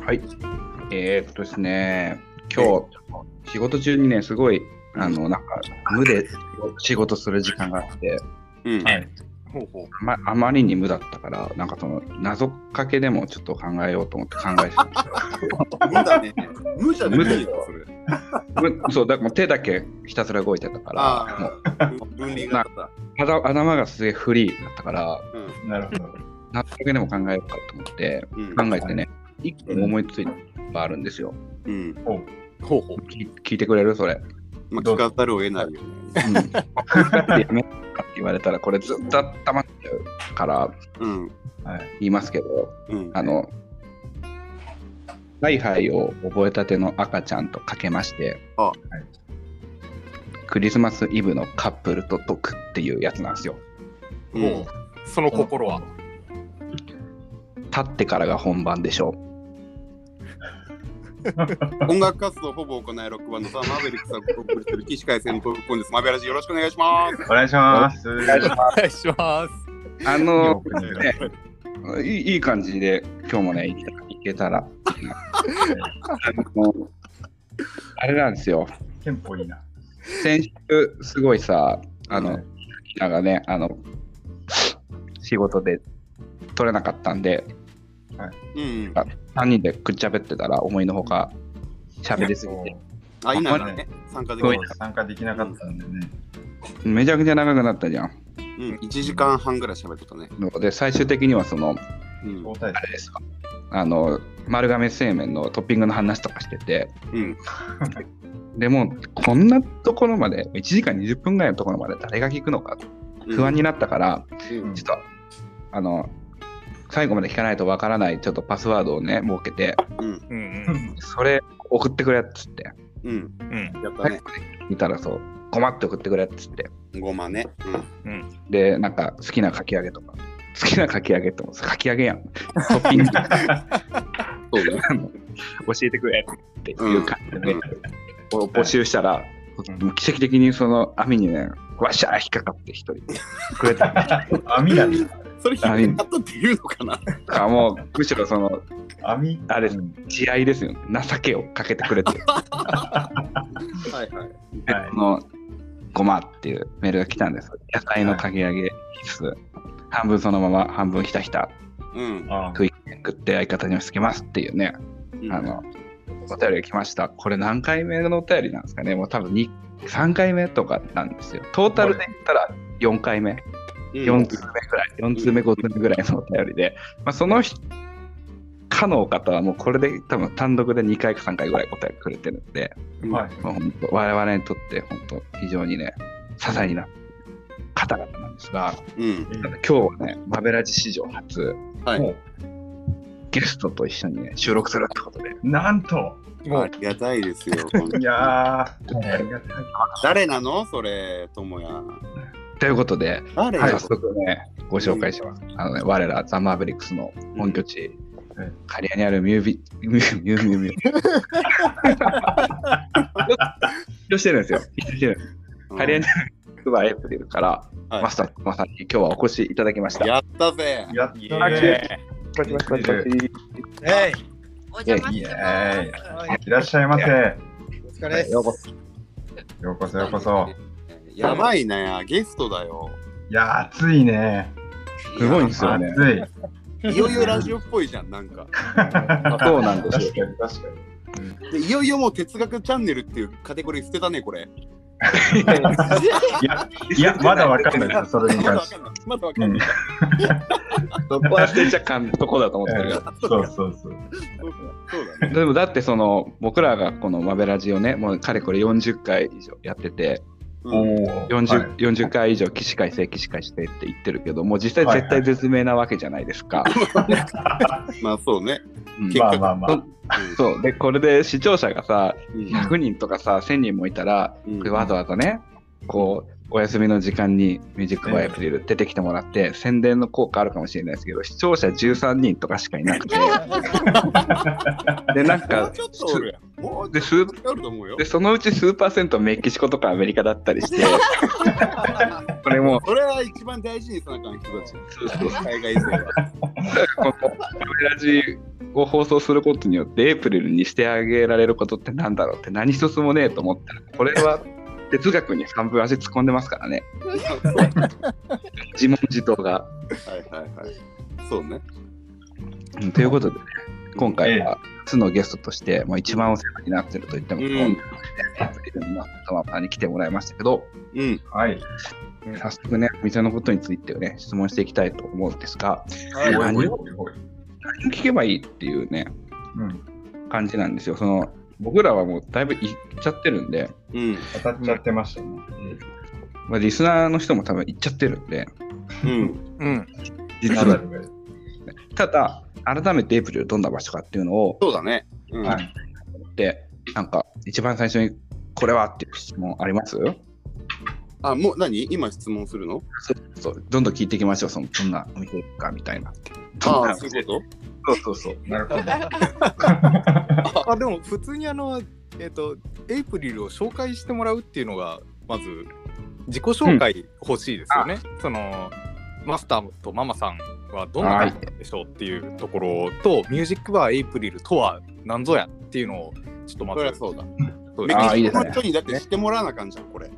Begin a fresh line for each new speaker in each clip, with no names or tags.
はい。えー、っとですね、今日、仕事中にね、すごい、あの、なんか、無で仕事する時間があって、
うん。
はい
ほうほう。
まあまりに無だったから、なんかその、謎かけでもちょっと考えようと思って考えてたん ですよ
無だね。無じゃね
無だ
え
よ
よ、それ。
むそう、だからもう手だけひたすら動いてたから、もう
ああ、分離があった。
頭頭がすげえフリーだったから、
なるほど。
謎かけでも考えようかと思って、
うん。うん。
考えてね、一個思いついたのがあるんですよ。
うん
ほう。
ほうほう。
聞聞いてくれるそれ。
まあ、聞
どうぞ
かざるを得ないよね。
うんやめるかって言われたらこれずっと頭っちゃうから
うん。
はい。
言いますけど
うん。
あのハイハイを覚えたての赤ちゃんとかけまして
あ
い
クリスマスイブのカップルと解くっていうやつなんですよ
うん。
その心は
立ってからが本番でしょ
音楽活動ほぼ行ないロックバンドさ、マーベリックさんをお送りする起死回生のトークコンです。マーベラジよろしくお願いします。
お願いします。お願いしま
お願いします。
あの
す。
ねいいいい感じで今日もねいけいけたらあのあれなんですよ
テンポいいな。
先週すごいさあの、
はい
なんかねあの仕事で取れなかったんで
うん。
3人でくっちゃべってたら思いのほか喋りすぎて
あ、今のね、参加でき
そう
る。
参加できなかったんでね。
めちゃくちゃ長くなったじゃん
うん。1時間半ぐらい喋ってたね。
ので最終的にはその
うん。
交代
あれですかあの丸亀製麺のトッピングの話とかしてて
うん。
でもうこんなところまで1時間20分ぐらいのところまで誰が聞くのか不安になったから、
うん
ちょっとあの最後まで聞かないとわからないちょっとパスワードをね設けて
うん。
うん
それ送ってくれっつって
うん。
うんうん
やったね。
見たらそう、困って送ってくれっつって。
ごまね。
で、なんか好きなかき揚げとか。好きなかき揚げってもうかき揚げやん。トッピング
うん。そうね。
教えてくれっていう感じで、
うん
お募集したら、
う
奇跡的にその網にね、わしゃー引っかかって一人くれたんだ
網なんだ。
それ、ひっかかったっていうのかな。
からもうむしろその
網
あれ
うん
慈愛ですよね情けをかけてくれて、
はいはい。
はい
こ。のごまっていうメールが来たんです野菜のかき揚げ必須、半分そのまま半分ひたひた
うん。
あ
食い食って相方にもつけますっていうね、あの、お便りが来ました。これ何回目のお便りなんですかねもう多分2、3回目とかなんですよ。トータルで言ったら4回目、
うん、
4通目ぐらい、4通目、5通目ぐらいのお便りで、まあ、その人、かのお方はもうこれで多分単独で2回か3回ぐらいお便りくれてるんで、
ーはい。
もう本当我々にとって本当非常にね、支えになっている方々なんですが、
うん。
ただ今日はね、マベラジ史上初、
はい
も
ゲストと一緒に、ね、収録するってことで、
うなんと
も
あ
う
りがたいです よ。
いやー、ありがたい。
誰なのそれ、ともや。
ということで、
誰
はい、
よ
早速ね、ご紹介します。あのね、我らザ・マーベリックスの本拠地、
うん
刈谷にあるミュービ、ミューミューミューミュー。緊張してるんですよ。緊張してる。
うん
刈谷にあるスーパーエプリルから、
はい
マスターまさに今日はお越しいただきました。
やったぜ。
やった
イ
ー
エ
パチパチパチパチ
えい、
お邪魔
イ
し
エーイ
てます。はい
いらっしゃいませ。よ
お疲れです。
ようこそ
うこそ、ようこそ。。
やばいな、ゲストだよ。
いやー、暑いね。
すごいんですよ
暑
ね。
い。
いよいよラジオっぽいじゃん、なんか。
そうなんで
確
す
かに、確かに。
でいよいよもう哲学チャンネルっていうカテゴリー捨てたね、これ。
いや、まだわかんないです、それに
まだ
関
わ
して
か。んない。まだわかんない。
そこは捨てちゃかんとこだと思ってるけど。
そうそうそう。
そうだ ね。
でもだってその僕らがこのマベラジをねもうかれこれ40回以上やってて
うん
お
40,、40回以上起死回生起死回生って言ってるけどもう実際絶対絶命なわけじゃないですか。
まあそうね。
うん
結
ま
構
あまあまあ。
そうでこれで視聴者がさ
うん
100人とかさ1000人もいたら
うん
これわざわざねこうお休みの時間に「ミュージックバイアプリル」出てきてもらって宣伝の効果あるかもしれないですけど視聴者13人とかしかいなくてでなん
も
か
うちょっとおるやん。もう
でスー
ちょっとおると思うよ
で。そのうち数パーセントメキシコとかアメリカだったりしてこれもう
それは一番大事にさなあかん人たち。
そうそう
海外勢は。
このカメラジを放送することによってエイプリルにしてあげられることってなんだろうって何一つもねえと思ったらこれは哲学に半分足突っ込んでますからね自問自答が。
はいはいはい。そうね。
うんということでね今回は初のゲストとしてもう一番お世話になってると言っても過言ではないエイプリルのトマパに来てもらいましたけど
うん。
はい。
早速ね店のことについてね質問していきたいと思うんですが
はい
何
す
を
ごいすごい
何を聞けばいいっていうね
うん。
感じなんですよその僕らはもうだいぶ行っちゃってるんで
うん。
当たっちゃってましたね。
まあ、リスナーの人も多分行っちゃってるんで、
うん。
うん。
実
ナダ
は
ルが
ただ、改めてエイプリルどんな場所かっていうのを、
そうだね。うん。
はい。
で、なんか、一番最初に、これはっていう質問あります
あ、もう何今質問するの
そうどんどん聞いていきましょう、そのどんなお店かみたいな。
ああ、そういうこ
そうそうそう。
なるほど。
あでも普通にあのえっ、とエイプリルを紹介してもらうっていうのがまず自己紹介欲しいですよね。そのマスターとママさんはどんな方でしょうっていうところと、ミュージックバーエイプリルとは何ぞやっていうのをちょ
と
っとま
そりゃ
ず
そうだ。
そう
メ
です
ああいいです
キシコ
ね
の人にだって知ってもらわなあかんじゃん、これ。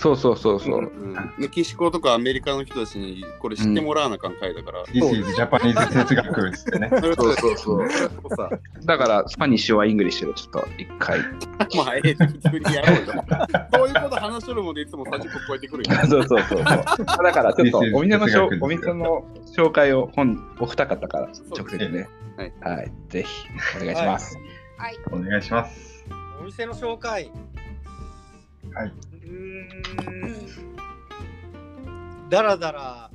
そうそうそうそうう。
うんメキシコとかアメリカの人たちにこれ知ってもらわなあかん回だから。
This is Japanese 哲学っつってね。
それは
そうそう
それはそうさ。
だから、スパニッシュはイングリッシュでちょっと一回。
まあ、ええ、普通にやろうよ。 そういうこと話しとるもんでいつも30分超えてくるよ。
そうそうそうそう。 だから、ちょっ と
This is
お店の紹
哲学です
お
よ
店の紹介を本お二方から直接ね
そうです。
はい。ぜひ、お願いします。
お願いします。
お店の紹介。
はいう
ーん。だらだら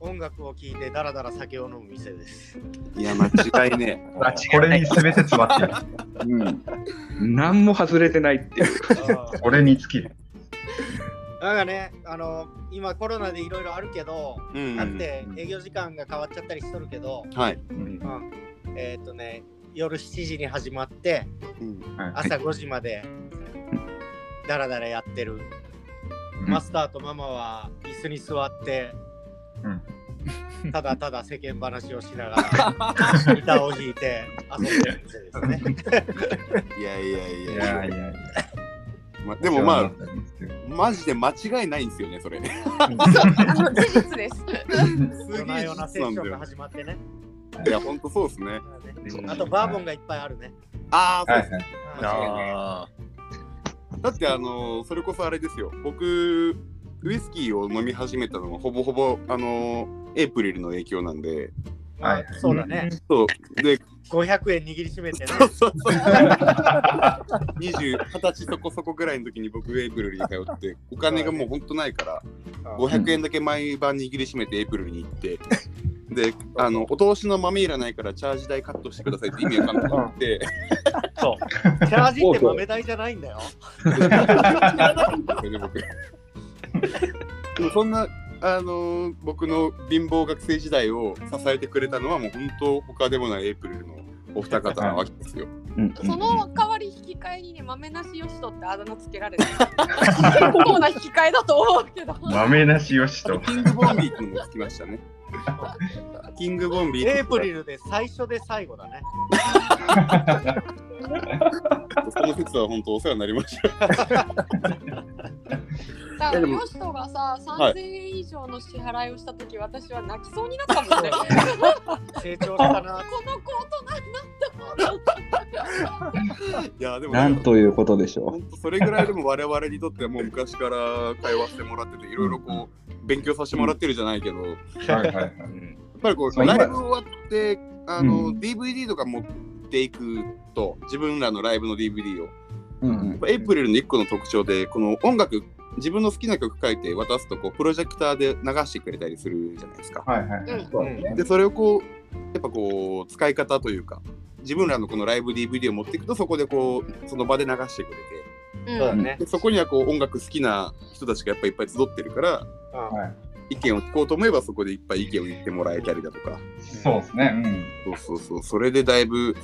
音楽を聴いてだらだら酒を飲む店です。
いや、間違いね
間違
これに全て詰まってる。
うん。何も外れてないって いう。
うん
これに尽きる。
なんかね、あの今コロナでいろいろあるけど、
え。うん
あって営業時間が変わっちゃったりしとるけど、
はい。
うん
うんえっ、とね、夜7時に始まって
うん
はい
朝5時までだらだらやってる。
うん
マスターとママは椅子に座って、 ただただ世間話をしながらギターを弾いて遊んでる店ですね。
いやいやい
い
やいや。
やいやいや。
までもまあ、
あ、
マジで間違いないんですよね、 それ。す
あ の事実です。
げえ
夜な夜なセ
事実なん
ッショ
だ
ンが
よ。
始まってね。
いや、ほんとそうですね。
うん
あとバーボンがいっぱいあるね。
ああ、そう
は
で
い
す
はい。
あ
だってあのそれこそあれですよ僕ウイスキーを飲み始めたのはほぼほぼあのエイプリルの影響なんで
まあ
はい
そうだね。
そうで
500円握りしめてね。
そうそう20 20歳そこそこぐらいの時に僕エイプリルに通ってお金がもうほんとないから500円だけ毎晩握りしめてエイプリルに行ってであのお通しの豆いらないからチャージ代カットしてくださいって意味わかんなくなって
チャージって豆代じゃないんだよ。
それで僕でもそんな、あのー僕の貧乏学生時代を支えてくれたのはもう本当他でもないエイプリルのお二方なわけですよ。
うん
その代わり引き換えにね、豆なしよしとってあだ名つけられる。結構な引き換えだと思うけ ど。
豆なしよし
あと
と。
キングボンビーってのもつきましたね。 キングボンビー
エイプリルで最初で最後だね。
その説は本当お世話になりました。
だ
い
か
や
ら
でも
よしとがさ、
はい
3000円以上の支払いをしたとき、私は泣きそうになった もんね。こ
成長したな。
の子大人になったもん。
いやでも、
なんということでしょ
本当それぐらいでも我々にとってはもう昔から会話してもらってていろいろこう勉強させてもらってるじゃないけど、
はいはいはい。
やっぱりこ
そうう今
ライブ終わってあの、
う
DVD とか持っていくと自分らのライブの DVD を
う。うん
やっぱエイプリルの1個の特徴でこの音楽自分の好きな曲書いて渡すとこうプロジェクターで流してくれたりするじゃないですか。
はいはいはい。
でそれをこうやっぱこう使い方というか自分らのこのライブ DVD を持っていくとそこでこうその場で流してくれて
うん
そうだね。
でそこにはこう音楽好きな人たちがやっぱいっぱい集ってるから
うん
はい。
意見を聞こうと思えばそこでいっぱい意見を言ってもらえたりだとか
そうですね。うん。
そうそうそうそれでだいぶ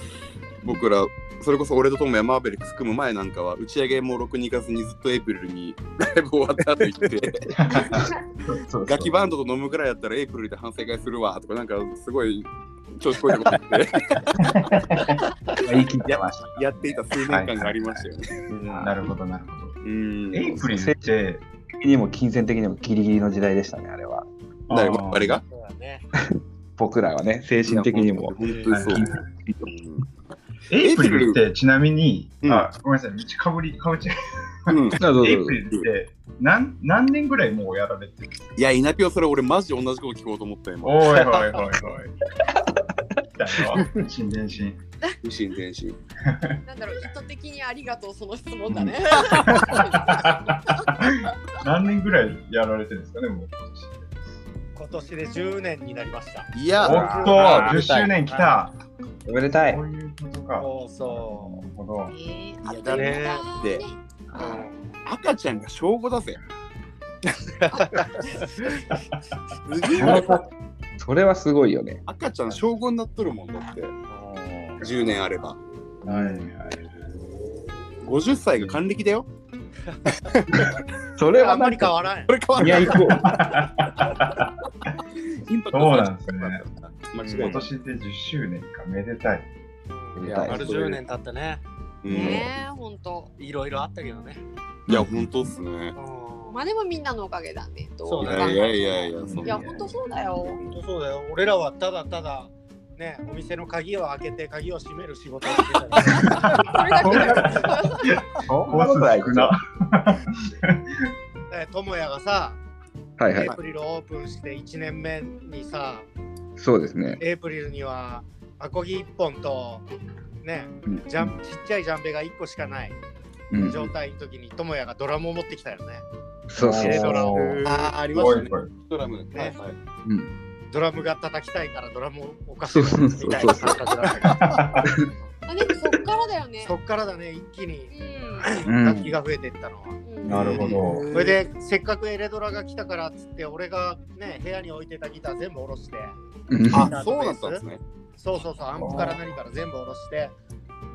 僕らそれこそ俺とトムやマーベリックス組む前なんかは打ち上げもろくに行かずにずっとエイプリルにライブ終わった後行って
そうそう
ガキバンドと飲むくらいやったらエイプリルで反省会するわとかなんかすごい調子こいたこと言って
言い切ってました。
やっていた数年間がありましたよね。
なるほど、なるほど。
うん
エイプリルって、
的にも金銭的にもギリギリの時代でしたね、あれは。
誰
あ
が
ー
あれが
そうだね。
僕らはね、精神的にも。
本当にそう。
エイプリルってちなみに、
うん
あ、ごめんなさい、道かぶり、かぶっちゃ
うん
あどうぞ
う。エイ
どう
プ
ぞ
リルって、なん何年ぐらいもうやられてる
いや、稲ぴょそれ俺マジ同じこと聞こうと思った今。
おいおいおいおいおい。来たよ、新電信。
不審天心。
なんだろう、意図的にありがとう、その質問だね。
何年ぐらいやられてるんですかね、もう今年で。
今年で10年になりました。
い
お
や、
っと、10周年来た。
おめでたい
こ。ういうことか。
そうそ
なるほど
え。ー、
いや
あ
だ
と
ね
ね
で
う。
赤ちゃんが小5だぜ。 すげえ
それはそれはすごいよね。
赤ちゃん小5になっとるもんだって。10年あれば。
はいはい。
50歳が還暦だよ。
それ
あ
は
んま
な
り
ん
変
か、
わらん。
これ変わ
いや、行こう。
インパク
そう
ト
なんですね。
間違
今
いない。
年で10周年か、めでたい。
ん
いや丸10年経ったね。
うん
ねえ、ほんと。
いろいろあったけどね。
いや、本当っすね。
うん
まあでもみんなのおかげだね。ど
そう
い
だ
や
考え
いや
ね
ても
いやいや、そん
い
な
や、ほんとそうだよ。
本当そうだよ。俺らはただただ、ね、お店の鍵を開けて鍵を閉める仕事をしてたり
それだけだよ。
そん
コ
なことない
ース少な。
え智也がさ、
はいは
エ
い
イ。プリルオープンして1年目にさ、
そうですね。
エイプリルにはアコギ1本と、ね、
うん
ジャンちっちゃいジャンベが1個しかない
うん
状態の時に智也がドラムを持ってきたよね。
そうそう
軽
そ
トラを
う。
あーありま
お
した
い
ね。
おい。
ドラム。
ね
はいはい
うん
ドラムが叩きたいからドラムをおかしいみたいな感覚だったけ
あでもそっからだよね
ど。 そっからだね、一気に
う
うん
楽器が増えていったのは。
んうん。
なるほど。
それでせっかくエレドラが来たからっつって俺がね部屋に置いてたギター全部下ろして
うん
あ、そうだったんですね。
そうそうそうアンプから何から全部下ろして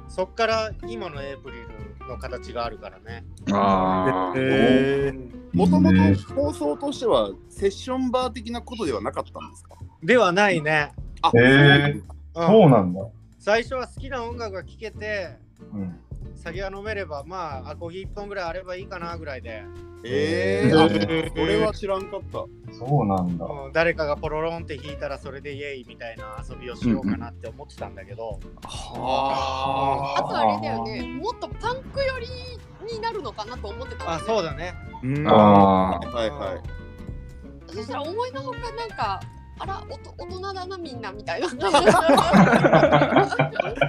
そっから今のエイプリルの形があるからね
あー
へもとも
ね
と放送としてはセッションバー的なことではなかったんですか
ではないね、
あ、
へ
うん
そうなんだ。
最初は好きな音楽が聴けて
うん。
酒が飲めればまあアコギ1本ぐらいあればいいかなぐらいで、
えー、あこれは知らんかった。
そうなんだ。
うん誰かがポロロンって弾いたらそれでイエイみたいな遊びをしようかなって思ってたんだけど、
は
あとあれだよね。もっとパンク寄りになるのかなと思ってたん
あ
だよね
そうだね
あー
はいはい。
そしたら思いのほかなんかあらおと大人だなみんなみたいな。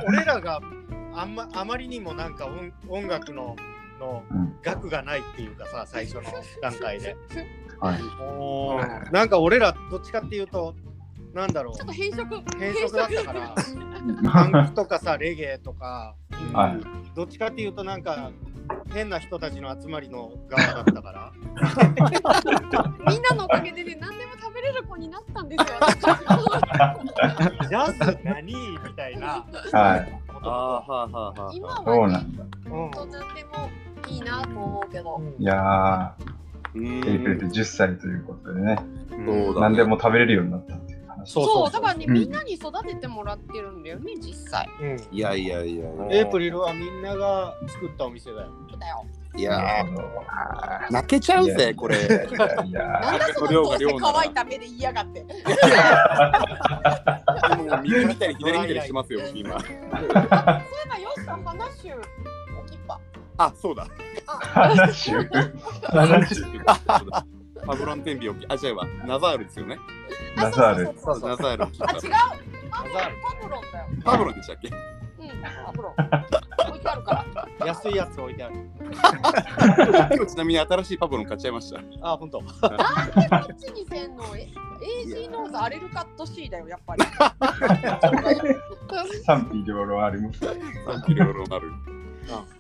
俺らがあんまあまりにもなんか音音楽のの
うん
額がないっていうかさ最初の段階 で。
ち
はい。
なんか俺らどっちかっていうとなんだろ
ょっ
う
と変色
変色だったからパン
は
クとかさレゲエと か
い。
どっちかっていうとなんか変な人たちの集まりの側だった から
みんなのおかげでね何でも食べれる子になったんですよ。
ジャズ何みたいな
はい。
こと
あ
と
はあはあは
今
あ。
そう
は
な
ね
んだ。
うん
本当何でもいいなと思うけど。
いや
う
ー、エイプリル
ん。
10歳ということでね、
そうだ、ね。
何でも食べれるようになったっていう話。
そう
そ
そううそ
だ
う
からね
うん
みんなに育ててもらってるんだよね実際。
うん
いやいやいやいや。
エイプリルはみんなが作ったお店だよ
だよ。
いや
なるほ
ー、泣けちゃうぜ、これ。
どいや
なんだそのどうして乾いた目で言いやがって。
もう右見たり左見たりしてますよ、 今。
あそういえばよしさん話しゅうおきっぱ。
あ、そうだ。
ー、話を。話を。
パブロンテンビを、あ、違うわ。ナザールですよね。
あ
ナザール
そうそうそうそう
ナザールを聞い
あ
た。
違う。パブロンパブロンだよ。
パブロンでしたっけ
うんパブロン。置いてあるから。
安いやつ置いてある
今日ちなみに新しいパブロン買っちゃいました。
あ本当
なんでこっちにせんのえ ?AG ノーズアレルカット C だよ、やっぱり。
賛否両論あります。
賛否両論ある。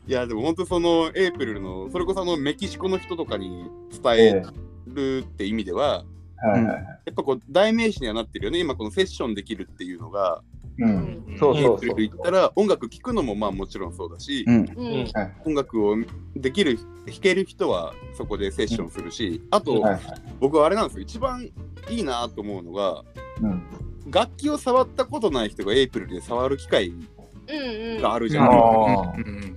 いやでも本当そのエイプリルのそれこそあのメキシコの人とかに伝えるって意味では、
はいはい
やっぱこう代名詞にはなってるよね今このセッションできるっていうのが
うん。
そう
エイ
そう
プ
そ
リ
う
ル。行ったら音楽聴くのもまあもちろんそうだし、
うん、
うん
音楽をできる弾ける人はそこでセッションするし、あと、
はいはい
僕はあれなんですよ一番いいなと思うのが
うん。
楽器を触ったことない人がエイプリルで触る機会
うんうん
があるじゃ
あ
ん、
あ。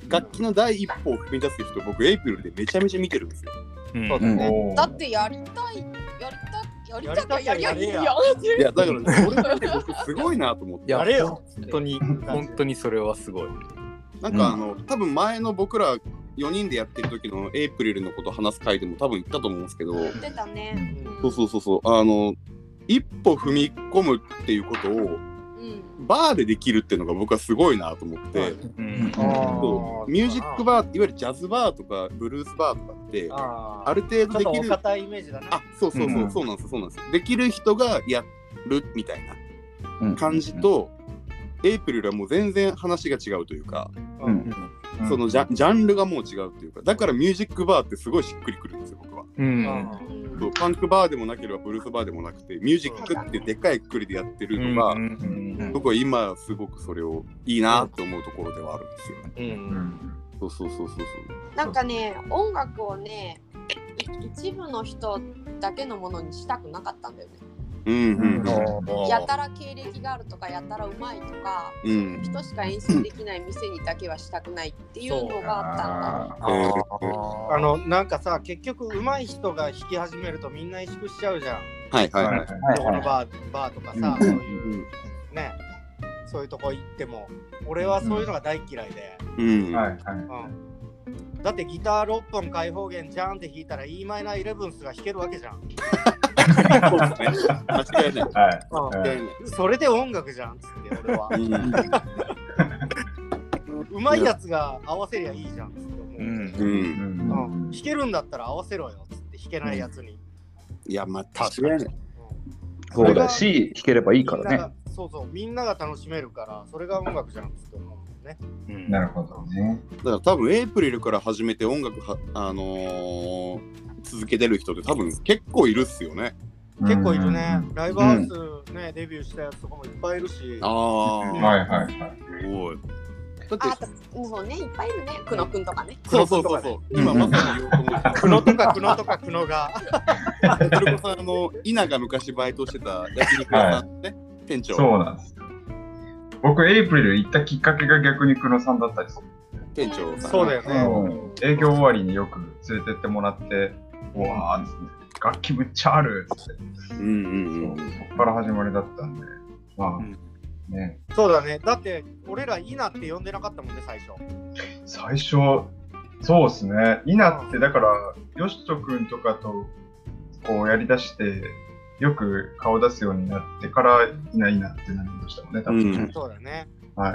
楽器の第一歩を踏み出す人僕エイプリルでめちゃめちゃ見てるんですよ
うん
うん
おー
だってやりたいやりたいやりたきゃやりゃいいや
い
ん
やだからねそれだけで僕すごいなと思って
やれよ
本当に本当にそれはすごい。
なんかあの多分前の僕ら4人でやってる時のエイプリルのこと話す回でも多分言ったと思うんですけど
出たね
そうそうそうそうあの一歩踏み込むっていうことを
うん
バーでできるっていうのが僕はすごいなと思って、
はい
うん
そうミュージックバーいわゆるジャズバーとかブルースバーとかってあ
あ
る程度
ち
で
ょっと
き
お
る
堅いイメージだな
あそうそうそう、
うん
そうなんですそうなんですできる人がやるみたいな
うん
感じ、と、エイプリルはもう全然話が違うというか、
うん
うん
そのジャジャンルがもう違うというかだからミュージックバーってすごいしっくりくるんですよ僕は。
うん。
そうパンクバーでもなければブルースバーでもなくてミュージックってでっかいくくりでやってるのが、
うん
僕は今すごくそれをいいなと思うところではあるんですよね。
うん
そうそうそうそうそう。
なんかね音楽をねい一部の人だけのものにしたくなかったんだよね
うんうん
やたら経歴があるとかやたらうまいとか
うん。
人しか演出できない店にだけはしたくないっていうのがあったんだ
あ
えー
あのなんかさ結局上手い人が弾き始めるとみんな萎縮しちゃうじゃん。
はいはい
は
はいい
は。い
ー
どこのバーバーとかさ、
うん
そういう
うん
ねそういうとこ行っても俺はそういうのが大嫌いで、
うん。
はいは
うん、だってギター6本開放弦じゃんって弾いたら e マイナー11スが弾けるわけじゃん、
そうですね。間違いない。間違い
いはい。
ない。
それで音楽じゃんっつって俺 は
うん
上手いやつが合わせりゃいいじゃんっつって思う、
う
う。
う
ん
んん
うん弾けるんだったら合わせろよっつって弾けないやつに、
いや、まあ、確かに。
うん
そうだし、弾ければいいから
みんな
ね。
がそうそうみんなが楽しめるからそれが音楽じゃんっつって思うね
なるほどね。
だから多分、エイプリルから始めて音楽は、あのー、続けてる人って多分結構いるっすよね。
結構いるね、ライブハウスね、デビューしたやつとかもいっぱいいるし
あ
う
あ
ん。はいはいはい。
すごい。だっ
あ
て、
そうねいっぱいいるね久野くんとかね
そうそうそうそう。
うん
今まさに言おうと思ってた。
久野とか久野とか久野が
それこそ、あの、稲が昔バイトしてた焼肉屋さんね、店長。
そうなんです。僕、エイプリル行ったきっかけが逆に黒さんだったりする。
店長さん。
そうだよね
うん営業終わりによく連れてってもらって、うわーっつって、楽器むっちゃあるっつって、
うんう
そ
ん
う
うん。
そこから始まりだったんで、まあ、ね、
そうだね。だって、俺らイナって呼んでなかったもんね、最初。
最初、そうですね、イナって、だから、ヨシト君とかとこうやりだして、よく顔出すようになってから、イナイナってなりましたもんね、多分。
うん
そうだね。
はい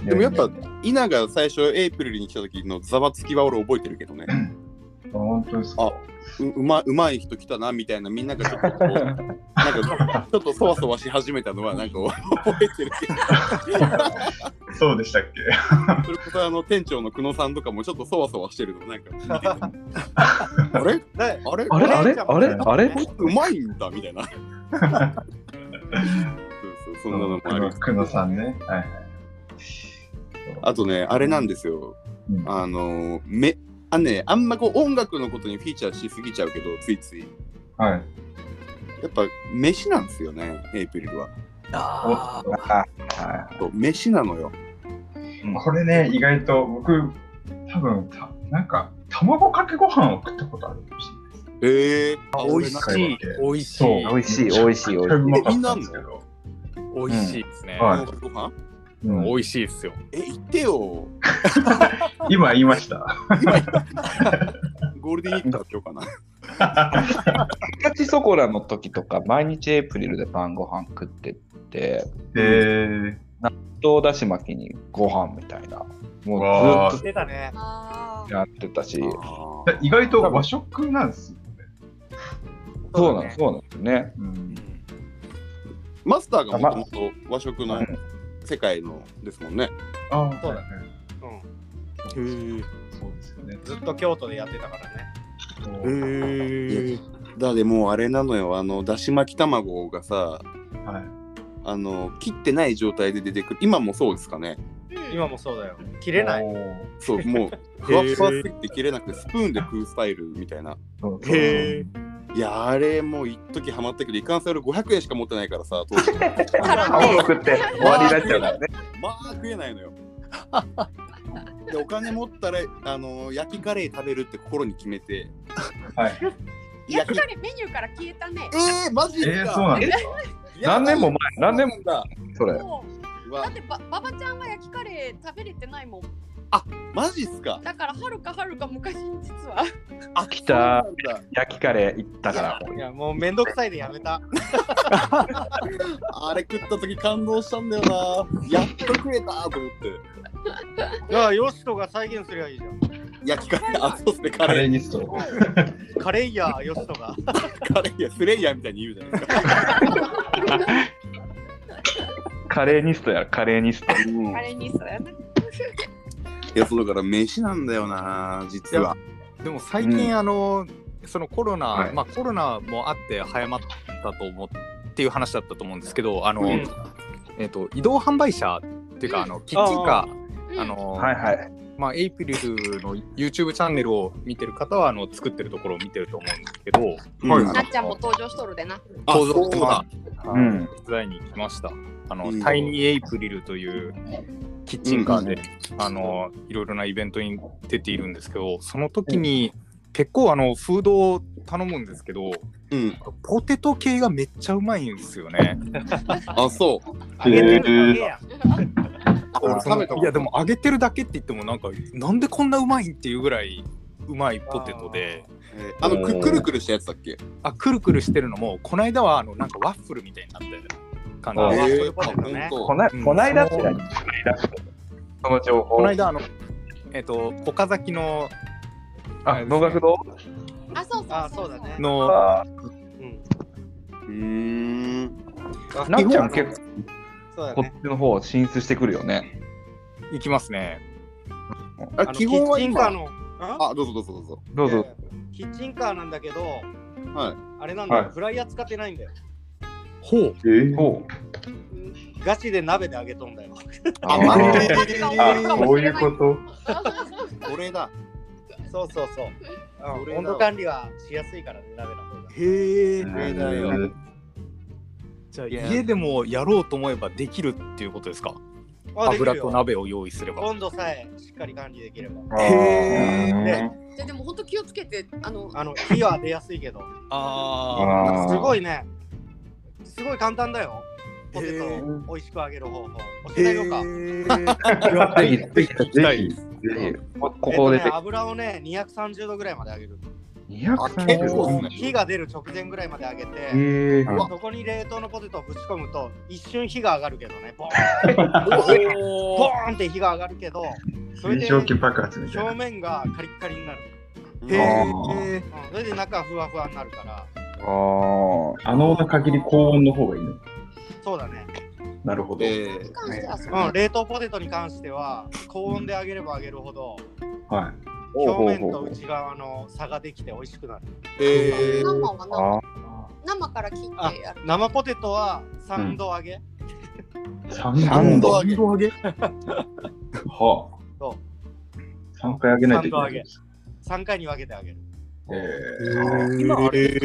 うん。
い
でもやっぱ
いいね
稲が最初エイプリルに来た時のざわつきは俺覚えてるけどね。
あ本当ですか。
あううまうまい人来たなみたいなみんながちょっとこうなんかちょっとそわそわし始めたのはなんか覚えてるけど
そうでしたっけ。
それこそあの店長の久野さんとかもちょっとそわそわしてるのなんか見ててあれ
で、
あれ
あれあれあれあれ
こいつうまいんだみたいなそうそうそんなのもあり
久野さんね。はいはい。
あとねあれなんですよ
うん
あのめあねあんまこう音楽のことにフィーチャーしすぎちゃうけどついつい
はい。
やっぱ飯なんですよねエイプリルは
おは
そう飯なのよ
いこれね、意外と僕、多分たなんか、卵かけご飯を食ったことあるかもしれないです。
ええ
美味しい
美味し
そう。
美味しい美味しい美味しいう
まかったんですけど。
美味しいですね。
はい。
ご飯
うん
美味しいですよ。
え、行ってよ。
今言いました。
ゴールデンウィークから今日かな。
十勝そこらの時とか、毎日エイプリルで晩ご飯食ってって、
えー、
どうだし巻きにご飯みたいな、も
わ
う
ー
ずっ
出たね。
あ
とやってたし、
意外と和食なんですよね。
そうなん
だ
で
ね
す、そうなんですよね。
うん、
マスターがもともと和食の世界のですもんね。
ああ、そうだね。
うん
へ
そうですよね。
ずっと京都でやってたからね。
こう
え。
だでもうあれなのよあのだし巻き卵がさ
はい。
あの切ってない状態で出てくる今もそうですかね
今もそうだよ。切れない。
おー。
そうもうふわっふわすぎて切れなくてスプーンで食うスタイルみたいな
そうそう
へえ。
いやあれもう一時ハマったけどいかんせん俺500円しか持ってないからさ当時
青の食って終わりになっちゃうからね。
まあ食えないのよでお金持ったらあの焼きカレー食べるって心に決めて
はい。
焼きカレーメニューから消えたね。
えー、マジ
え
ですか、
ー、そうなんですか
何年も前、何年も
もだ
それ。
も
う
うだ
わ
ってばばばちゃんは焼きカレー食べれてないもん。
マジっすか
だからはるかはるか昔に実は。
あ
来た
そうなんだ
焼きカレー行ったから。
いや、もうめんどくさいでやめた。
あれ食った時感動したんだよなやっと食えたと思って
いや、よしとが再現すりゃいいじゃん。
焼きカレーあそうっすねカ
カレ
レ
ー
ー
ニスト。
カレイヤーよしとが。
カレーいやスレイヤーみたいに言うじゃないですか
カレーニストや、カレーニスト。
うん
カレーにする。
いや、そうだから飯なんだよな、実は。
でも最近、
う
あのそのコロナ、
はい
まあコロナもあって早まったと思っていう話だったと思うんですけど、あの、
うん
えっと移動販売車っていうかあのキッチンカー、あの、
はいはい。
まあエイプリルの YouTube チャンネルを見てる方はあの作ってるところを見てると思うんですけど、
はい
なっちゃんも登場しとるでな。
あ
登場して
そうだ
まあ
う
の
ん
手伝いに来ました。あの、
うん
タイニーエイプリルというキッチンカーで、あのいろいろなイベントに出ているんですけど、その時に結構あのフードを頼むんですけど、
うん。
ポテト系がめっちゃうまいんですよね。
あ、そう。
あげてるだけ
へー
やん。
あ俺食べた
いやでも揚げてるだけって言ってもなんかなんでこんなうまいんっていうぐらいうまいポテトで。
えーあの、くくるくるしたやつだっけ
あくるくるしてるのもこの間はあのなんかワッフルみたいになった
あ
感
ー
じ
え
え
で
ーそういうことだね
あ
こ
ほん
な、
うん
こないだって何こないだってその情報。
この間あのえっ、と岡崎の
あ、能楽堂
あ、そうそう。
あ、そうだね。
の
あ
うん。
と。うーん。
ーなっちゃん結構
そうだ
こっ
ね。
ちの方進出してくるよね。
行きますね
あ、
あの
基本は
キッチンカー
今。
の。あ
あ、どうぞどうぞどうぞ。
どうぞ。
キッチンカーなんだけど、
はい。
あれなんだ
は
よ。
い
フライヤー使ってないんだよ。
ほう
えー、
ほう。
ガチで鍋で揚げとんだよ。
あ、
ー
待っ
あ
て。
そういうこと。
これだ。
そうそうそう。
これ
うん
だ
温度管理はしやすいからね、鍋の方が。
へえ
れだよ
じゃあ
いや
家でもやろうと思えばできるっていうことですか
あできるよ
油と鍋を用意すれば
温度さえしっかり管理できれば。
へ
ー
ででも本当気をつけてあの
あの火は出やすいけど、
あ
あー
すごいね、すごい簡単だよ。ポテト
へ
を美味しく揚げる方法。教
ー
えてあげようか。
へ
ぜひ、ぜひ、
ぜ
た
ひ、
い
ぜひ。
こここで
えっとね、油をね、230度ぐらいまで揚げる。
結
230
構っすね
火が出る直前ぐらいまで揚げて、
え
うわ
そこに冷凍のポテトをぶち込むと、一瞬火が上がるけどね、ボ
ー
ーンボーンって火が上がるけど、それで
臨床機爆発みたい
表
な。
面がカリッカリになる。
へえ
ー
うんそれで中はふわふわになるから、
あ
可能な限り高温の方がいいの。
そうだね。
なるほど。
えー
関してはそう
うん、冷凍ポテトに関しては、高温で揚げれば揚げるほど、
はい。
表面と内側の差ができて美味しくなる。
えー
生は生
あ
生から切ってやる。
生ポテトは3度揚げ、
三
度
度
揚げ
揚げ
は
そ
あ。三回上げないといけない。
3回に分けて揚げる。
え
今あれ
れ
キ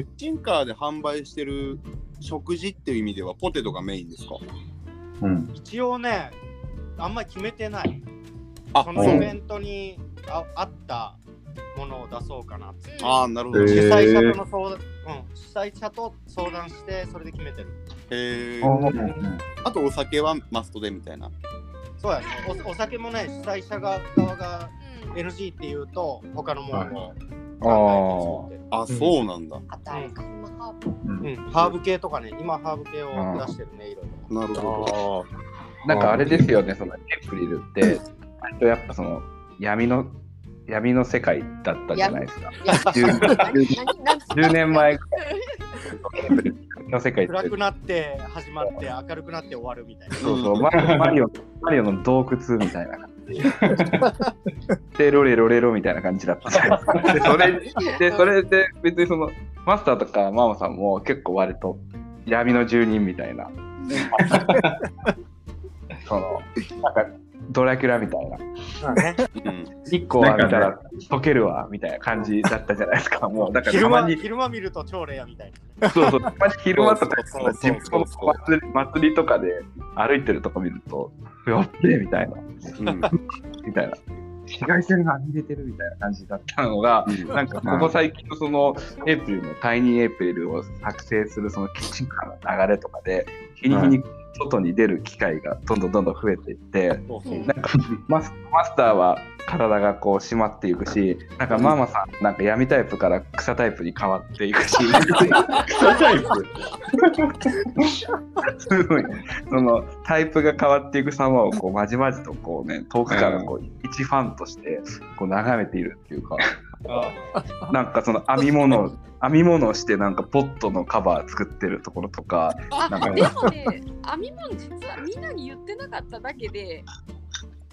ッチンカーで販売してる食事っていう意味ではポテトがメインですか
ーうん。
一応ね、あんまり決めてない。
あそ
そのイ
う。
ベントにああったものを出そうかなって。
あー、なるほど。
へ
主
ー
催者との相談、うん、主催者と相談して、それで決めてる。
え
あ
ー
ー
あとお酒はマストでみたいな。
そうやね。おお酒もね、主催者側が NG って言うと、他のものも考えて作ってる。
あ、そうなんだ。
あとあれか今ハーブ
うん。
うん、ハーブ系とかね、今ハーブ系を出してるね、いろいろ。
なるほど。
あ
なんかあれですよね、そのエイプリルって、割とやっぱその闇の闇の世界だったじゃない ですか。
いや
10
何何
10年前ぐらいエイプリルの世界って、
暗くなって始まって明るくなって終わるみたいな。
そうそうマリオマリオマリオの洞窟みたいな感じで、ロレロレロみたいな感じだったじゃない ですか。で、それで、それで別にその、マスターとかママさんも結構割と闇の住人みたいな、その、なんかドラキュラみたいな、
まあね、
うん
1個は見たら溶けるわみたいな感じだったじゃないですか。もう、だからた
昼
ま
間
に、
昼間見ると超レアみたいな。
そうそう、たまに昼間とか、
そうそう
地
そう
元の祭り祭りとかで歩いてるとこ見ると、やっべえみたいな。
うん
みたいな。紫外線が見れてるみたいな感じだったのが、なんかここ最近のそのエイプリルのタイニーエイプリルを作成するそのキッチンカーの流れとかで、日に日に外に出る機会がどんどんどんどん増えていって、
うん
なんかマスマスターは体がこう締まっていくし、なんかママさんなんか闇タイプから草タイプに変わっていくし、
草タイプ
すごいそのタイプが変わっていく様をこうまじまじとこうね遠くからこう、一ファンとしてこう眺めているっていうかなんかその編み物を編み物をしてなんかポットのカバー作ってるところとか
あ
なんか
でもね、編み物実はみんなに言ってなかっただけで、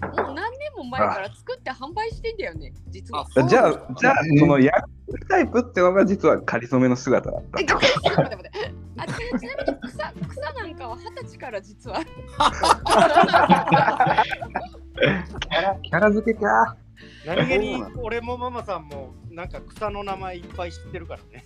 もう何年も前から作って販売してんだよね、実は。
あ
じゃあじゃあそのやるタイプってのが実は仮初めの姿だっ
え、
た
ちょっと待って待って待って。あちなちなみに草草なんかは二十歳から実は。
キャラ付けか
何気に俺もママさんもなんか草の名前いっぱい知ってるからね。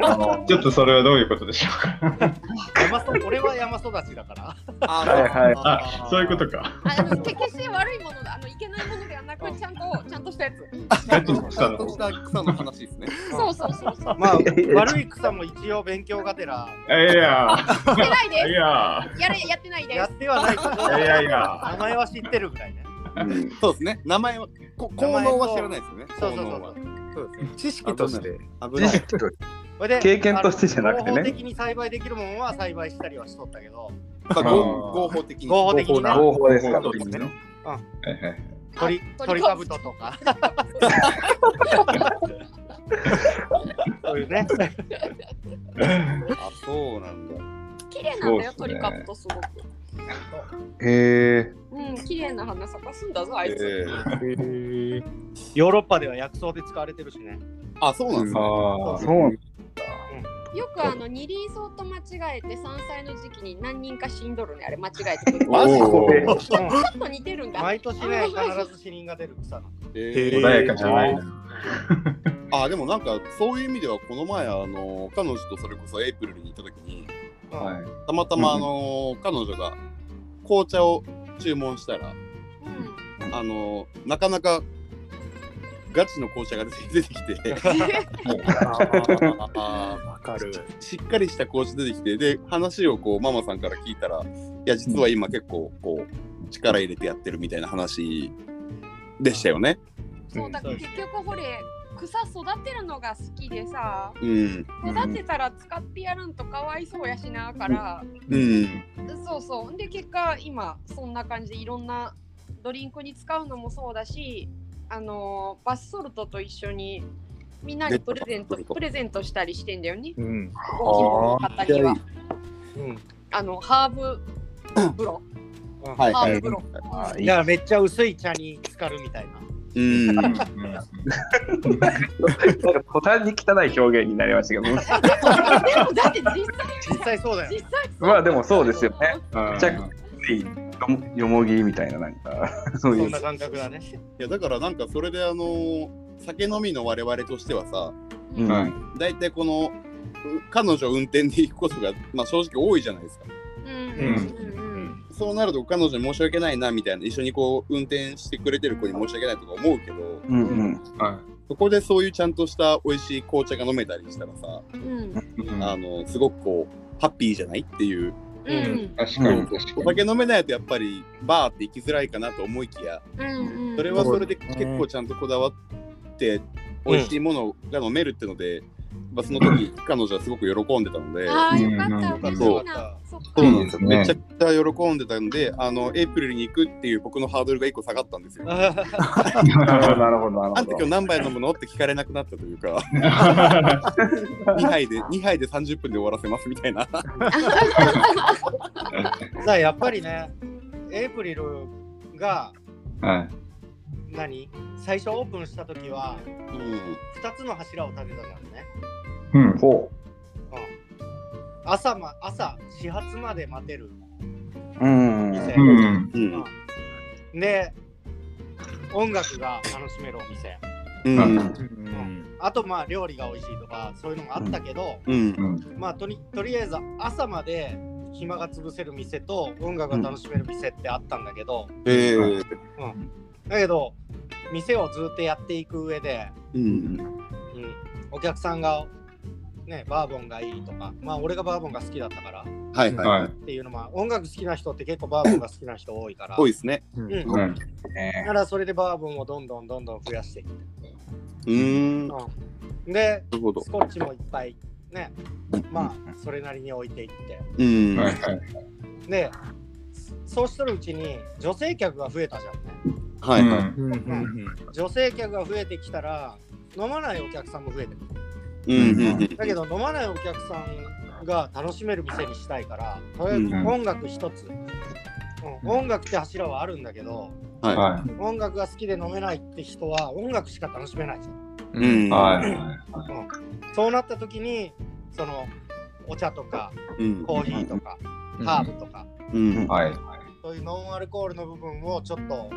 あのちょっとそれはどういうことでしょうか。
山そ俺は山育ちだから。
あ
はいはい
あ、そういうことか。
あの決して悪いものだあのいけないものではなくちゃんとちゃんとしたやつ。
ちょっと
ちゃんとした草の話ですね。
そうそうそうそう。
まあ
いやいや
悪い草も一応勉強がてら
いやいや、
やってない
い
で
や、
す。やれやってないで
やっ
す。
てはないけど
いやいやい
名
や。
前は知ってるぐらいね。
うん
そうですね。名前は、こ効能は知らないですよね。
そうそう
効
そ
能
う
は。
そうですね知識として危
知
ない。
識と
それで
経験としてじゃなくてね
あの合法的に栽培できるものは栽培したりはしとったけど、
まあ合合法的に。
合法的にね
方法ですから
そうですねはいはい
鳥鳥かぶととか。そういうね。
あ、そうなんだ。
綺麗なんだ
そうっ
よ、
す
鳥
ね
かぶとすごく。
へえ
うん、綺麗な花咲かすんだぞ、あいつ。
えー
ヨーロッパでは薬草で使われてるしね。
あ、そうなんですね。
あ
そうなん
よくあの二輪草と間違えて山菜の時期に何人か死んどるね、あれ間違えてくる。ち
マジ
おー
うん
ょっと似てるんだ。
毎年ね、必ず死人が出る草なの。
え
穏
ー
やかじゃないな。
あ、でもなんか、そういう意味では、この前、あの、彼女とそれこそエイプリルに行った時に、
うん
い。
たまたま、あの、彼女が紅茶を注文したら、
うん
あの、なかなか、ガチの紅茶が出て出てきて、あ
わかる。
ーしっかりした紅茶出てきて、で、話をこう、ママさんから聞いたら、いや、実は今結構、こう、力入れてやってるみたいな話でしたよね。
そうだから結局ほれ草育てるのが好きでさ
うん。
育てたら使ってやらんとかわいそうやしなから、
うん。
そうそうんで結果今そんな感じでいろんなドリンクに使うのもそうだしあのーバスソルトと一緒にみんなにプレゼント
ねバスソルト
プレゼントしたりしてんだよね
うん。
ゴキブリの畑は
うん
あのハーブ風呂
はい
ハ
は
ーブ
い。
風呂
あいい
だからめっちゃ薄い茶に浸かるみたいな。
うん。
う ん
なんか途端に汚い表現になりましたけど
でもでもだって実際
実際そうだよね。
実際
まあでもそうですよね
うん
ちゃくついよもよもぎみたいななんかそうい
そ
うん
な感覚だね。
いやだからなんかそれであのー酒飲みの我々としてはさ
うん
うん
はい
大体このう彼女運転で行くことが、まあ、正直多いじゃないですか
うんうんうん
そうなると彼女に申し訳ないなみたいな一緒にこう運転してくれてる子に申し訳ないとか思うけど
うんうん
は
そこでそういうちゃんとした美味しい紅茶が飲めたりしたらさ、
うん
い。うん
あのすごくこうハッピーじゃないっていう、
う
うん
ん
確かに確
お
かに。
酒飲めないとやっぱりバーって行きづらいかなと思いきや
うんうん
それはそれで結構ちゃんとこだわって美味しいものが飲めるってので、まあその時彼女はすごく喜んでたので。
ああよかった嬉しいなそっか
です
ね
めちゃくちゃ喜んでたんで、あの、エイプリルに行くっていう僕のハードルが一個下がったんですよ。あ
なるほどなるほどなる
んた
ほ
今日何杯飲むのって聞かれなくなったというか、2杯で、2杯で30分で終わらせますみたいな。
さあやっぱりね、エイプリルが
はい。
何最初オープンした時は
うん。
2つの柱を立てたからね、
うん。
ほ
うん朝ま朝始発まで待てる
う。うん。
店、
うん。
うん。
で音楽が楽しめるお店
うん。
うん
あとまあ料理が美味しいとかそういうのもあったけど、
うん。
うん。
まあとりとりあえず朝まで暇が潰せる店と音楽が楽しめる店ってあったんだけど、
えー。
だけど店をずっとやっていく上で、
うん。
うん、お客さんが、ね、バーボンがいいとかまあ俺がバーボンが好きだったからっ
はいはい。
はい。
ていうのも音楽好きな人って結構バーボンが好きな人多いから
多いですね。
うん、だ
うん。
ね
からそれでバーボンをどんどんどんどん増やしていって、
うーん。な
うん、で
るほど
ス。コッチもいっぱいねまあそれなりに置いていって
うん。
はい。はい。
でそうしとるうちに女性客が増えたじゃんね
は
う
い
ん
は
女性客が増えてきたら飲まないお客さんも増えてくる
い。うん。うん。
だけど飲まないお客さんが楽しめる店にしたいからとりあえず
うん
音楽一つ、うん、音楽って柱はあるんだけど
は
は
音楽が好きで飲めないって人は音楽しか楽しめないじゃん、
い。うん。
い。はい。
うん、そうなった時にそのお茶とか
うん。
コーヒーとかハーブとか
うん。
はい。
そういうノンアルコールの部分をちょっと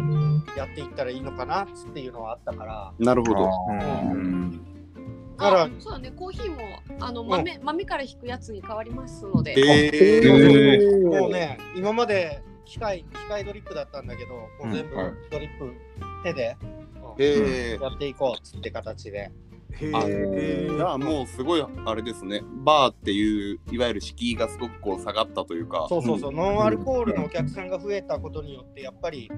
やっていったらいいのかなっていうのはあったから
なるほど。
うん。
だから
あそうだねコーヒーもあの豆,、豆から引くやつに変わりますので、
え
えー
もうね、今まで機械機械ドリップだったんだけど、もう全部
うんはい
ドリップ、手で
え。え
やっていこうっつって形で。
へ
あ
え
じゃあもうすごいあれですね。バーっていういわゆる敷居がすごくこう下がったというか。
そうそうそう、ノンアルコールのお客さんが増えたことによって、やっぱり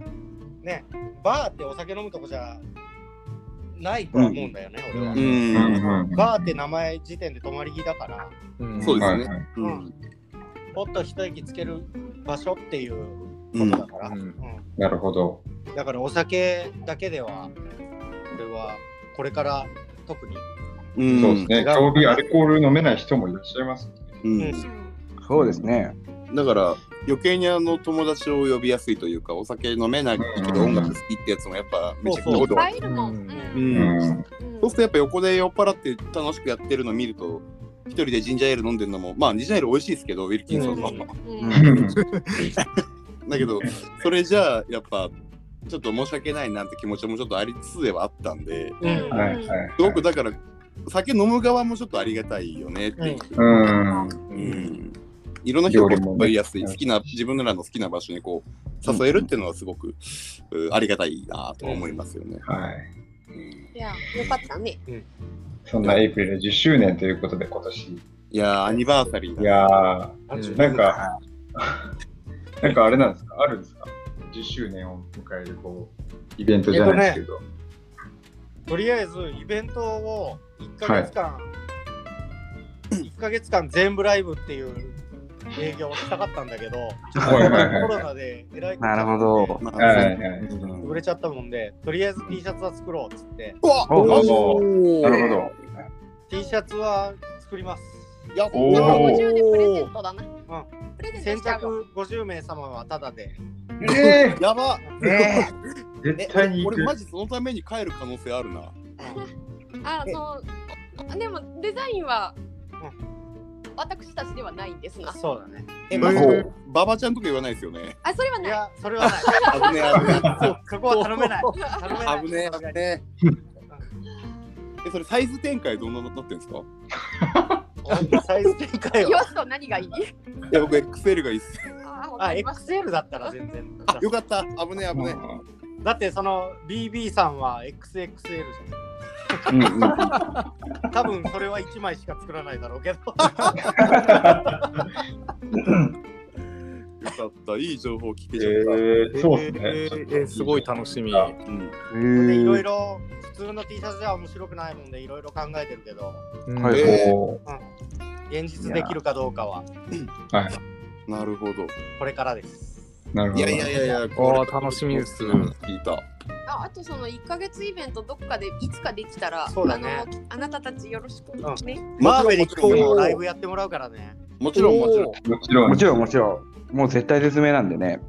ね、バーってお酒飲むとこじゃないとは思うんだよね、俺は。
う
うん。
バーって名前時点で泊まり木だから、
そうです
はい。
ね。うん。
ポッと一息つける場所っていうことだから、
うん
う
なるほど。
んだからお酒だけでは、俺はこれから特に
うん。
そうですね。常備アルコール飲めない人もいらっしゃいます。
うん。
そうですね。
だから余計にあの友達を呼びやすいというかお酒飲めないけど音楽好きってやつもやっぱめちゃくちゃ多い
そ
いうっ
そ
ぱいいるも
う
ん。
う
ん
ん
うん。
うん
そうするとやっぱ横で酔っ払って楽しくやってるの見ると一人でジンジャーエール飲んでるのもまあジンジャーエール美味しいですけどウィルキンソンの、
うん
だけどそれじゃあやっぱちょっと申し訳ないなんて気持ちもちょっとありつつではあったんで
うん
はい。はい。
すごくだから酒飲む側もちょっとありがたいよねっていう、
うん。
うんいろんな人が誘いやすい、好きな自分らの好きな場所にこう誘えるっていうのはすごく、うんありがたいなと思いますよね。
はい。
うん
いや、よかったね。
そんなエイプリル10周年ということで、今年。い
いやーアニバーサリーだ
やー、
うん
なんか、なんかあれなんですかあるんですか ?10 周年を迎えるこうイベントじゃないですけど。
とりあえずイベントを1ヶ月間、1ヶ月間全部ライブっていう営業をしたかったんだけど、ちょっとコ
はいはいはい
ロナでえらいことに
なる
な
ほ
っ
ど。
まあ
はいはい。
そううん
て売れちゃったもんで、とりあえず T シャツは作ろうっつって、
うわ
お
マジ
おなるほど。
T シャツは作ります。
やっ
おー
50でプレゼントだな。プレゼン
先
トしてあげよう
着50名様はタダで。
え
やば
え
ー、絶対に行
俺
く。
マジそのために帰る可能性あるな。
あそう。でもデザインは
う
私たちではないんですが。
そうだね。
え、
うん
マジで馬場ちゃんとか言わないですよね。
あ、それはいない。
や、それはない。
危ね
そうそこは頼めない。 頼めない。
危ねえ。危ねえ。え、それサイズ展開どんなのなってんですか
サイズ展開
よ
は。
しと何がいい
いや、僕 XL がいいっす。
あ、わ
あ、
かりました
XL だったら全然。
あ、よかった。危ねえ、危ね
だってその BB さんは XXL じ
うんうん
ゃん。多分それは1枚しか作らないだろうけど。
え。よかった。いい情報聞け
え
ちゃっ
ー、そうですね。
えすごい楽しみ。
た。うん。
でいろ
へ
い
え。
ろ普通の T シャツじゃ面白くないもんでいろいろ考えてるけど、
は
え
い。
ー
こ
現実できるかどうかは
はい。
なるほど。
これからです。
なるほ
い
ど。
やいやいやいや、
おー楽しみです
聞いた。
ああとその1ヶ月イベントどっかでいつかできたら、
そうだね
あのあなたたちよろしくね。
マーベリックもライブやってもらうからね。
もちろんもちろん。
もちろん。
もちろんもちろん。もう絶対絶命なんでね。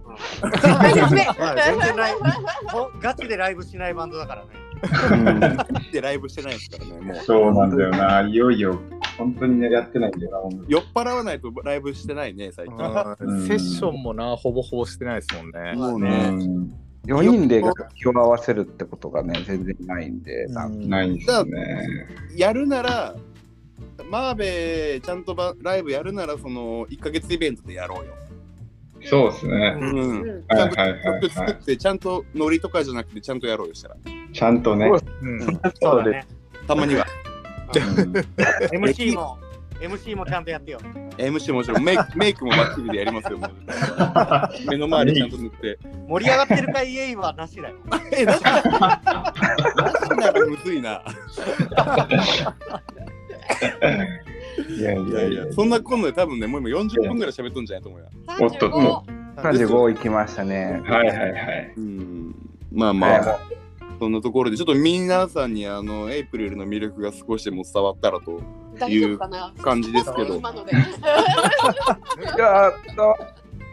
はい全然ライブほガチでライブしないバンドだからね。
でライブしてないですからね、もう。
そうなんだよな。いよいよ、本当にね、やってないんだよな、音楽
酔っ払わないとライブしてないね、最近。
うん
セッションもな、ほぼほぼしてないですもんね。
もう
う
ね。
ん
4人で楽器を合わせるってことがね、全然ないんで、なんか
ないですね。
やるなら、マーベちゃんとばライブやるなら、その1ヶ月イベントでやろうよ。
そうですね。は
う。
うんん
ちゃ
い
んと
はいはい
曲
は
作って、ちゃんとノリとかじゃなくて、ちゃんとやろうよしたら。
い。ちゃんとね。
うん
そうだね。
たまには。
MC も MC もちゃんとやってよ。
MC もちろんメイク、 メイクもバッチリでやりますよ、 もう目の周りちゃんと塗って。
盛り上がってるかイエイはなしだよ。
え、なんか、なんかむずいな。
いやい
い
や
やい
いや
や。、そんな今度で多分ね、もう今40分ぐらい喋っとんじゃないと思うよ。
おっと
35
35行きましたね。
はいはいはい。
うん。まあまあ。
は
そんなところで、ちょっと皆さんにあのエイプリルの魅力が少しでも伝わったらと
大丈夫かな
感じですけど、
今ので。
い、いやー、伝わっ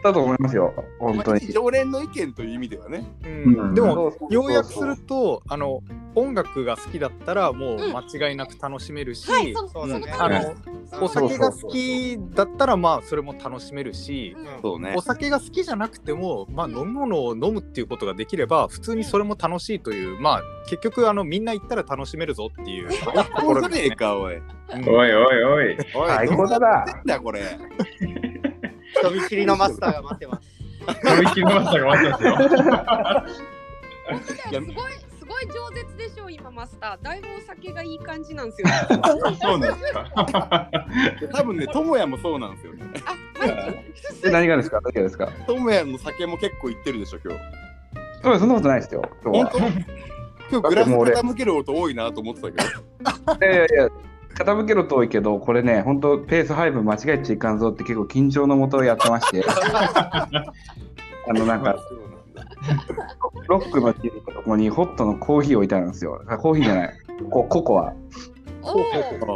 たと思いますよ、本当に。
常連の意見という意味ではね、
うんでも、
そうそうそう
要約すると、あの、音楽が好きだったら、もう間違いなく楽しめるし、
はい、そのそ
そうだ
の
ね
あ
感
の、お酒が好きだったら、まあ、それも楽しめるし、
じ。うん
そうね
お、酒が好きじゃなくても、まあ、飲み物を飲むっていうことができれば普通にそれも楽しいという、まあ、結局あのみんな行ったら楽しめるぞっていうとこ
これ
ろ
ね
で
え
ね、
か、おい。
うん
おいおいおい。
おい
最高だな
どうなってんだ、これ。
人見知りのマスターが待ってます。
飛び切りましたが、待ってますよ。
すごいすごい饒舌でしょう今マスター。だいぶお酒がいい感じなんですよ。
そうなんですか。
多分ね、ともやもそうなんですよね。
あ、マジ
え何がですか何がですか
ともやの酒も結構いってるでしょ、今日。
そうそんなことないですよ。今日は
本当今日グラス傾ける音多いなと思ってたけど、
いやいやいや、傾けると多いけど、これね、本当ペース配分間違えちゃいかんぞって結構緊張のもとやってま して。あのなんか
そうなんだ
ロックのチームのとこにホットのコーヒー置いてあるんですよ。あコーヒーじゃない。こココア。
おー
コ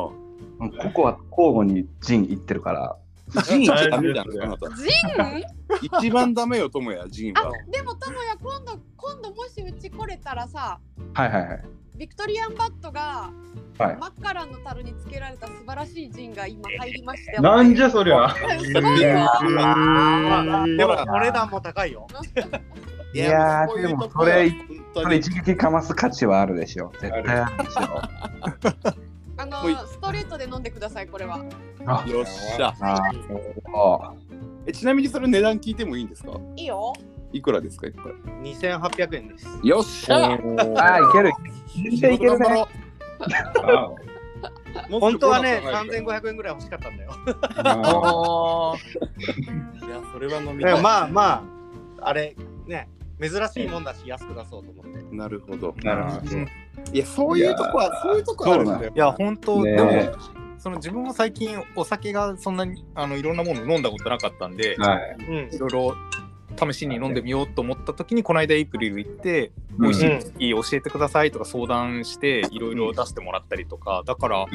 コアと交互にジンいってるから。
ジンはダメじゃん、あなた。
ジン？
一番ダメよ、ともや、ジン
あ
は。、
でもともや今度今度もしうち来れたらさ、
はいはいはい。
ビクトリアンバットが
はい
マッカランの樽につけられた素晴らしいジンが今入りまして。
なんじゃそりゃ。
すごいよ。
まあでも
ほら
お値段も高いよ。
いやー、でもそれ、、
そ
それ
れ、
一撃かます価値はあるでしょ。絶対あるでしょ。
あの
ほい
ストレートで飲んでくださいこれは。
あ
よっしゃ。
あー
えちなみにそれ値段聞いてもいいんですか
いいよ。
いくらですかいくら
2800円です。
よっしゃ
あー、いける。全然いけるね。
あ
本当はね、3500円ぐらい欲しかったんだよ。
あ
あ
いや、それは飲み
で
た
も
い。
まあまあ、あれ、ね、珍しいもんだし、安く出そうと思って。い
なるほど。
なるほど。
いや、そういうとこは、そういうとこはあるんだよ。
いや本当、
ねえ
でもその自分も最近お酒がそんなにあのいろんなもの飲んだことなかったんで、
はい。
うん
い、ろいろ試しに飲んでみようと思った時にこの間エイプリル行って、
うん
美味しいウイスキー教えてくださいとか相談していろいろ出してもらったりとかだから
はい。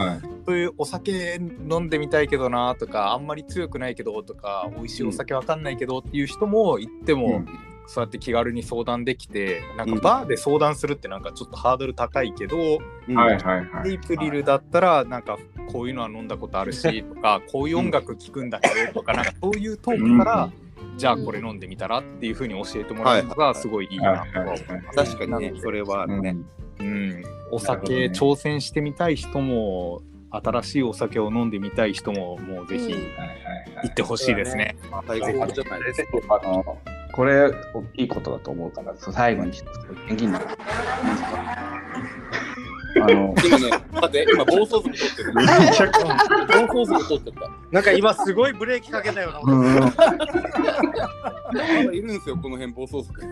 そういうお酒飲んでみたいけどなとかあんまり強くないけどとか美味しいお酒わかんないけどっていう人も行っても、
うん
そうやって気軽に相談できてなんかバーで相談するってなんかちょっとハードル高いけど、
うん
はいはいは
エ
い。
イプリルだったらなんかこういうのは飲んだことあるしと かこういう音楽聴くんだけどとかなんかそういうトークからじゃあこれ飲んでみたらっていうふうに教えてもらうのがすごいいいなとは思います。
確かにね、それはあるね。
うん、お
なるほど
酒
ね
挑戦してみたい人も新しいお酒を飲んでみたい人ももうぜひ
うん
はいはいは
行ってほしいですね。
最高じゃないですか。
あのこれ大きいことだと思うからそう最後に一つ元気にな るあの
今ね、待って、今、暴走族取ってる。暴走族取ってた。
なんか今すごいブレーキかけたよ
う
う
ん
な。
まだいるんですよ、この辺、暴走族。
い。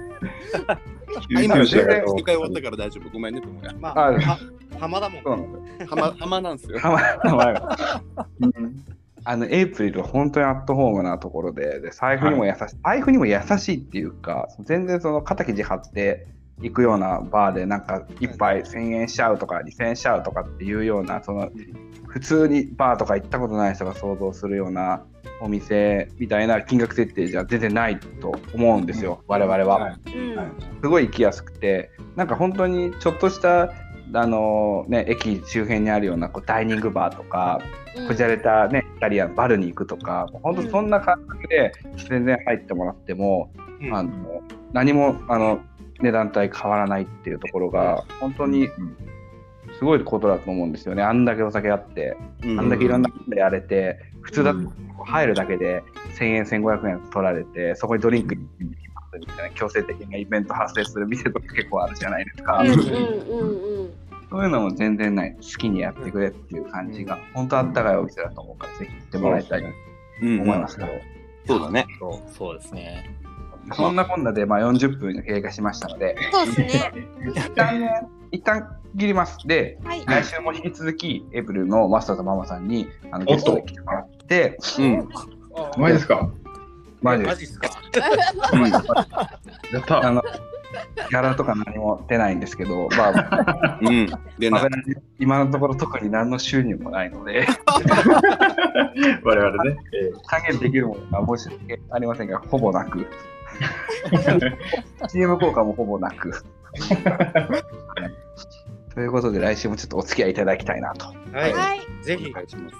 今、
救
世
急車
界
が
終わったから大丈夫。ごめんね、ともや。
ま
あ
あ、は浜だもん。
浜、浜なんですよ。
名前名前がうんあのエイプリル本当にアットホームなところでで財布にも優しい、財布にも優しいっていうか全然その肩肘張って行くようなバーでなんか1杯1000円しちゃうとか2000円しちゃうとかっていうようなその普通にバーとか行ったことない人が想像するようなお店みたいな金額設定じゃ出てないと思うんですよ、我々は。
うん
はい
すごい行きやすくてなんか本当にちょっとしたあのね、駅周辺にあるようなこうダイニングバーとか、
うん
こじゃれた、ね、イタリアンバルに行くとか本当そんな感覚で全然入ってもらっても、
うん
あの何もあの値段帯変わらないっていうところが本当にすごいことだと思うんですよねあんだけお酒あってあんだけいろんなことやれて普通だと入るだけで1000円1500円取られてそこにドリンクに行きますみたいな強制的なイベント発生する店とか結構あるじゃないですか。
うんうんうん
そういうのも全然ない。好きにやってくれっていう感じが、本当あったかいお店だと思うから、ぜひ行ってもらいたいと
うん
思いますけど、
そうだね。
そうそうですね。
そんなこんなで、まあ、40分経過しましたので、
そうですね。
一旦ね、一旦切ります。で、
はい。
来週も引き続き、エイプリルのマスターとママさんにあのゲストで来てもらって、
うん。
マジですか
マジで
マ
す
ジっすか
やった
あのギャラとか何も出ないんですけど、まあ、
うん。で
ま
な
あ、今のところ特に何の収入もないので、
我々ね。
加減できるものが申し訳ありませんが、ほぼなく、CM 効果もほぼなく。ということで、来週もちょっとお付き合いいただきたいなと
は
はい。
い。ぜひ
お。願いします。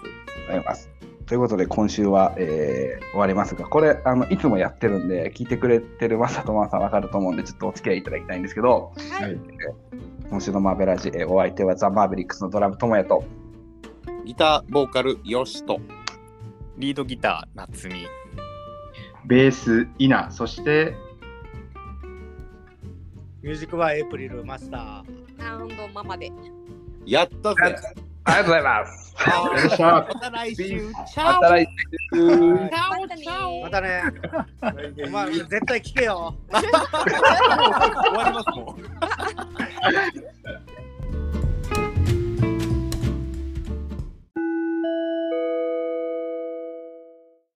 思います。ということで、今週は、えー終わりますが、これあの、いつもやってるんで、聞いてくれてるマサとマさん分かると思うんで、ちょっとお付き合いいただきたいんですけど、
はい
今週のマーベラジ、えーお相手はザ・マーベリックスのドラム友也と、
ギター、ボーカル、よしと。
リードギター、夏美。
ベース、イナ、そして、
ミュージックバーエイプリルマスター。
ラウンドママで。
やったぜ。
ありがとうございます。
よっしゃ
また来週。チ
ま
ャ
た
オ。
来週
はい
またね
またね。お前絶対聞けよ。
終わりますもん。